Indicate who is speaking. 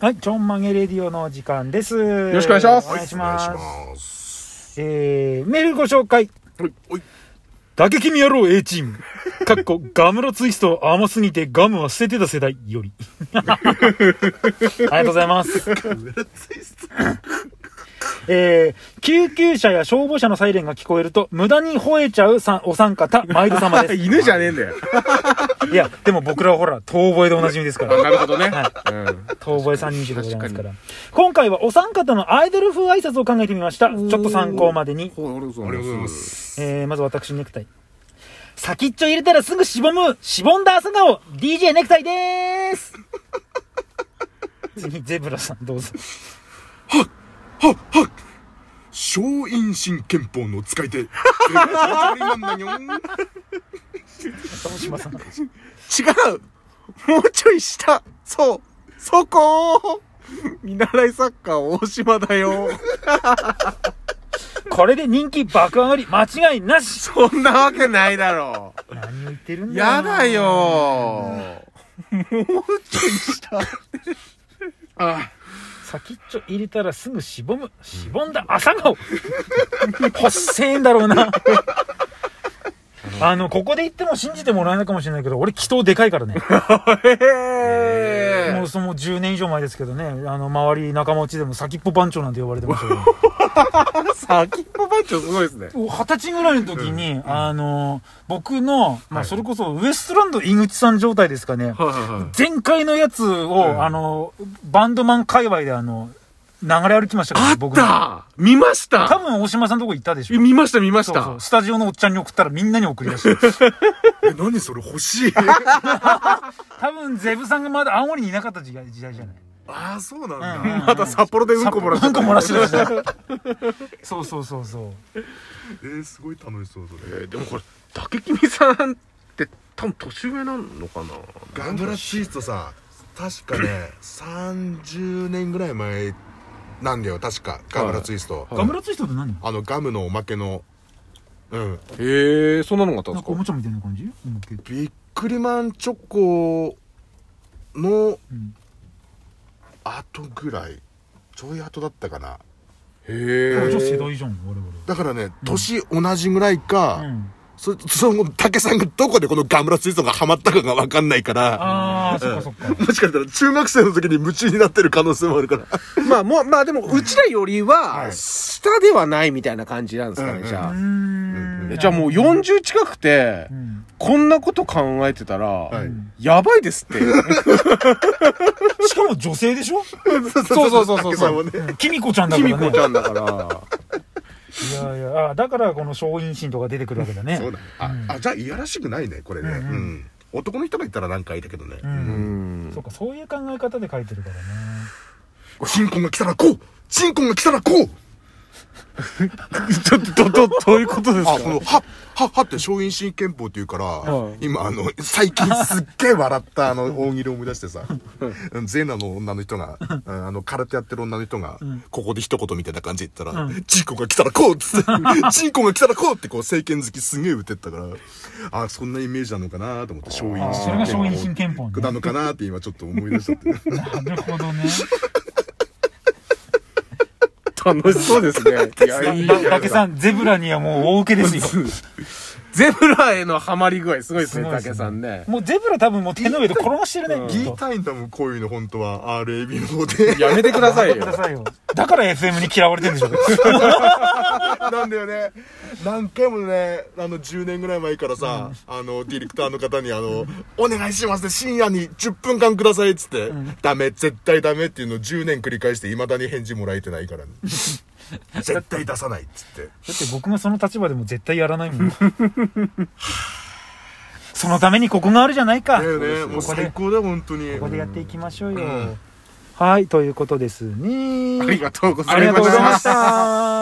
Speaker 1: はい、ちょんまげレディオの時間です。よ
Speaker 2: ろしくお願いします
Speaker 1: お願いします。
Speaker 3: お願いします。
Speaker 1: えー、メールご紹介。
Speaker 3: はい、おい、
Speaker 1: 打撃見野郎 A チーム。かっこ、ガムロツイスト甘すぎてガムは捨ててた世代より。ありがとうございます。えー、救急車や消防車のサイレンが聞こえると、無駄に吠えちゃうさんお三方、毎度様です。
Speaker 2: 犬じゃねえんだよ。
Speaker 1: いや、でも僕らはほら、遠吠えでおなじみですか
Speaker 2: な
Speaker 1: ら。
Speaker 2: るほどね。
Speaker 1: はい。
Speaker 2: うん。
Speaker 1: 遠吠え三人衆でございますから。今回はお三方のアイドル風挨拶を考えてみました。ちょっと参考までに。
Speaker 2: ほうありがとう
Speaker 3: ありがとうござい
Speaker 2: ございま
Speaker 3: ま
Speaker 2: す。
Speaker 3: す。
Speaker 1: えー、まず私ネクタイ。先っちょ入れたらすぐしぼむ、しぼんだ朝顔、DJ ネクタイでーす 次、ゼブラさんどうぞ。
Speaker 3: 松陰神憲法の使い手。なんだにょん
Speaker 1: 鴨島さん。
Speaker 2: 違うもうちょい下そうそこ見習いサッカー大島だよ。
Speaker 1: これで人気爆上がり、間違いなし
Speaker 2: そんなわけないだろ
Speaker 1: 何を言ってるん
Speaker 2: う。
Speaker 1: だろう
Speaker 2: や
Speaker 1: な
Speaker 2: だ。よ
Speaker 3: あ、
Speaker 1: 先っちょ入れたらすぐしぼむ、しぼんだ朝顔。ほっせえんだろうな。あの、ここで言っても信じてもらえないかもしれないけど、俺、祈祷でかいからね。
Speaker 2: へ
Speaker 1: もうその10年以上前ですけどね、あの、周り仲間内でも先っぽ番長なんて呼ばれてましたけど。
Speaker 2: ー。先っぽ番長すごいですね。
Speaker 1: 二十歳ぐらいの時に、あの、僕の、まあ、それこそ、ウエストランド井口さん状態ですかね。
Speaker 2: はいはいはい。
Speaker 1: 前回のやつを、あの、バンドマン界隈で、あの、流れ歩きましたから、
Speaker 2: あ
Speaker 1: ね、
Speaker 2: っ
Speaker 1: の
Speaker 2: た見まし
Speaker 1: 多
Speaker 2: た
Speaker 1: 分、大島さんのとこ行ったでしょ。
Speaker 2: 見ました見まし
Speaker 1: そうそ
Speaker 2: た
Speaker 1: う。スタジオのおっちゃんに送ったらみんなに送り出 して。
Speaker 3: え、何それ欲しい。
Speaker 1: 多分、ゼブさんがまだ青森にいなかった時代時代じゃない。
Speaker 3: ああ、そうなん
Speaker 1: うんうん
Speaker 3: だ。
Speaker 2: また札幌でうんこもらっ
Speaker 1: う
Speaker 2: た
Speaker 1: ん。こ漏 らしてました。そうそうそうそう。
Speaker 3: えー、すごい楽しそう、それ。
Speaker 2: えーでもこれ、竹君さんって多分年上なのかな
Speaker 3: ガムラツイストさ、確かね、30年ぐらい前なんだよ、確か。ガムラツイスト。
Speaker 2: はい
Speaker 1: ガムラツイストって何
Speaker 3: あの、ガムのおまけの、うん。
Speaker 2: へえ、そんなのがあったん
Speaker 1: なん
Speaker 2: です
Speaker 1: か
Speaker 2: か
Speaker 1: おもちゃみたいな感じうんけ
Speaker 3: ビックリマンチョコの
Speaker 1: うん
Speaker 3: 後ぐらい、ちょい後だったかな。
Speaker 2: へ
Speaker 1: あじゃあ世
Speaker 2: え。
Speaker 1: 代じゃん、我々。
Speaker 3: だからね、年同じぐらいか、
Speaker 1: うん
Speaker 3: そその竹さんがどこでこのガムラツイストがハマったかが分かんないから
Speaker 1: ああ、そっかそっか。
Speaker 3: もしかしたら中学生の時に夢中になってる可能性もあるから
Speaker 2: まあ、もう、まあでも、うちらより
Speaker 3: は
Speaker 2: は、
Speaker 3: い
Speaker 2: 下ではないみたいな感じなんですか
Speaker 3: うん
Speaker 2: ね、
Speaker 3: うん
Speaker 2: じゃ
Speaker 1: う
Speaker 2: あ。
Speaker 1: ー
Speaker 2: え
Speaker 1: ん
Speaker 2: じゃあもう40近くて
Speaker 1: う、ん
Speaker 2: こんなこと考えてたら
Speaker 3: い、
Speaker 2: やばいですって。
Speaker 1: しかも女性でしょ
Speaker 3: そう
Speaker 2: そうそうそうそう
Speaker 3: 竹さん もね
Speaker 1: キミコちゃんだ
Speaker 2: き
Speaker 1: か
Speaker 2: み
Speaker 1: ら
Speaker 2: こ
Speaker 1: ね
Speaker 2: ち。ゃんだから。
Speaker 1: いやいや、あだからこの松陰神とか出てくるわけだね。
Speaker 3: そうだあ,、あじゃあいやらしくないねこれね、うん男の人がいたら何かいたけどね、
Speaker 1: う。
Speaker 2: うんん。
Speaker 1: そうか、そういう考え方で書いてるからね。
Speaker 3: チンコが来たらこうチンコが来たらこう
Speaker 2: ちょっと、ど、ど、どういうことです
Speaker 3: あ
Speaker 2: か
Speaker 3: このはははって松陰神憲法っていうから、
Speaker 2: はい
Speaker 3: 今あの最近すっげえ笑ったあの大喜利を思い出してさゼーナの女の人がうんあの空手やってる女の人が、ここで一言みたいな感じで言ったら、チンコが来たらこうっ つってチンコが来たらこうってこう政権好きすげえ打ってったからあそんなイメージなのかなと思って松陰
Speaker 1: あそれが松
Speaker 3: 神憲法
Speaker 1: 陰神憲法ね。
Speaker 3: なのかなって今ちょっと思い出しちゃって
Speaker 1: なるほどね。
Speaker 2: 楽しそうですね。いや、いいじゃないですか
Speaker 1: だけさん、ゼブラにはもう大受けですよ。
Speaker 2: ゼブラへのハマり具合すごいです
Speaker 1: す
Speaker 2: ね、
Speaker 1: ごいですね
Speaker 2: 竹さんね。
Speaker 1: もうゼブラ多分もう手の上で転がしてるね。きっ
Speaker 3: 言
Speaker 1: と
Speaker 3: いたいんだもんこういうの本当は RAB の方で
Speaker 2: やめてください
Speaker 1: くだ
Speaker 2: よ。
Speaker 1: さいよ。だから FM に嫌われてるんでしょ。
Speaker 3: なんだよね何回もねあの10年ぐらい前からさ、あのディレクターの方にあの「お願いしますね深夜に10分間ください」っつって「ダメ絶対ダメ」っていうのを10年繰り返していまだに返事もらえてないから、 ね、絶対出さないっつって
Speaker 1: だって僕がその立場でも絶対やらないもん。そのためにここがあるじゃないか。
Speaker 3: だよね
Speaker 1: こ
Speaker 3: もう
Speaker 1: こで、
Speaker 3: 最
Speaker 1: こ
Speaker 3: 高だ本当に
Speaker 1: こでやっていきましょうよ。
Speaker 3: うん
Speaker 1: はい、ということですね。
Speaker 2: ありがとうござ
Speaker 1: あ
Speaker 2: い
Speaker 1: り
Speaker 2: ま
Speaker 1: がとうござい
Speaker 2: し
Speaker 1: ま
Speaker 2: た
Speaker 1: し。た。